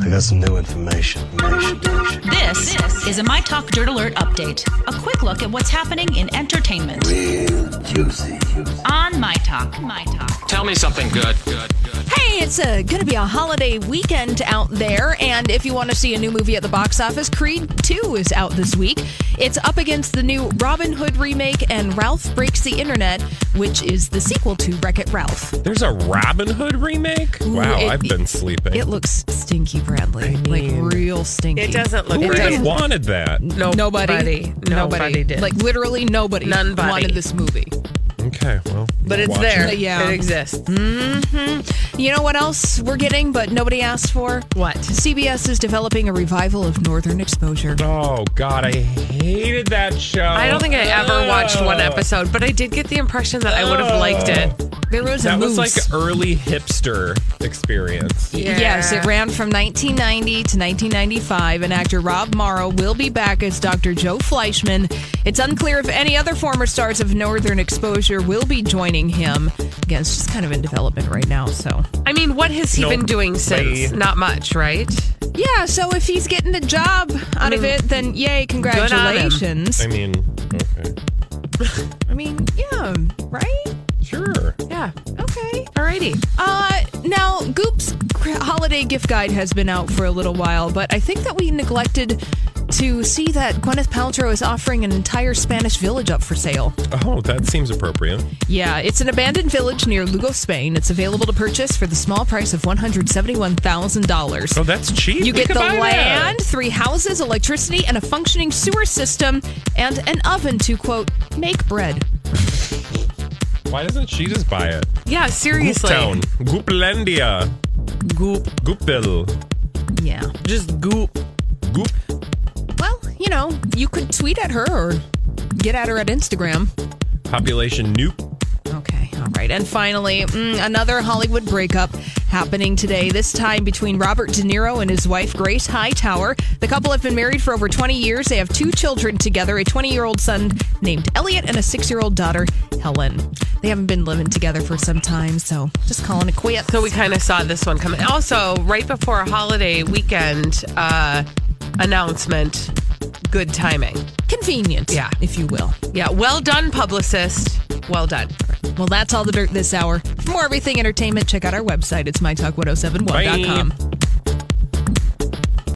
I got some new information. information, information. This is a My Talk Dirt Alert update. A quick look at what's happening in entertainment Real juicy. on My Talk. My Talk. Tell me something good. Good. Good. Hey, it's uh, going to be a holiday weekend out there. And if you want to see a new movie at the box office, Creed 2 is out this week. It's up against the new Robin Hood remake and Ralph Breaks the Internet, which is the sequel to Wreck It Ralph. There's a Robin Hood remake? Ooh, wow, it- I've been sleeping. It looks stinky, Bradley. like, real stinky. It doesn't look Who great. even wanted that? Nobody. Nobody. Nobody did. Like, literally nobody Nobody. wanted this movie. Okay, well. but I'll it's watch there. it. Yeah. It exists. Mm-hmm. You know what else we're getting, but nobody asked for? What? CBS is developing a revival of Northern Exposure. Oh, God, I hated that show. I don't think I ever watched one Ugh. episode, but I did get the impression that I would have liked it. There was a That was like moose. early hipster experience. Yes, it ran from 1990 to 1995, and actor Rob Morrow will be back as Dr. Joe Fleischman. It's unclear if any other former stars of Northern Exposure will be joining him. Again, it's just kind of in development right now, so. I mean, what has he No been doing since? way. Not much, right? Yeah, so if he's getting a job out of it, then yay, on him. congratulations. I mean, okay. I mean, yeah, right? Sure. Yeah. Okay. Alrighty. Uh, now, Goop's cr- holiday gift guide has been out for a little while, but I think that we neglected to see that Gwyneth Paltrow is offering an entire Spanish village up for sale. Oh, that seems appropriate. Yeah, it's an abandoned village near Lugo, Spain. It's available to purchase for the small price of $171,000. Oh, that's cheap. You We get could the buy that. land, three houses, electricity, and a functioning sewer system, and an oven to, quote, make bread. Why doesn't she just buy it? Yeah, seriously. Town. Gooplandia. Goop. Goopville. Yeah. Just goop. Goop. Well, you know, you could tweet at her or get at her at Instagram. Population Noop. Okay, all right. And finally, mm, another Hollywood breakup happening today, this time between Robert De Niro and his wife, Grace Hightower. The couple have been married for over 20 years. They have two children together a 20 year old son named Elliot and a six year old daughter, Helen. They haven't been living together for some time, so just calling it quits. So we kind of saw this one coming. Also, right before a holiday weekend uh, announcement, good timing. Convenient, Yeah. if you will. Yeah, well done, publicist. Well done. Well, oh that's all the dirt this hour. For more everything entertainment, check out our website. It's mytalk1071.com.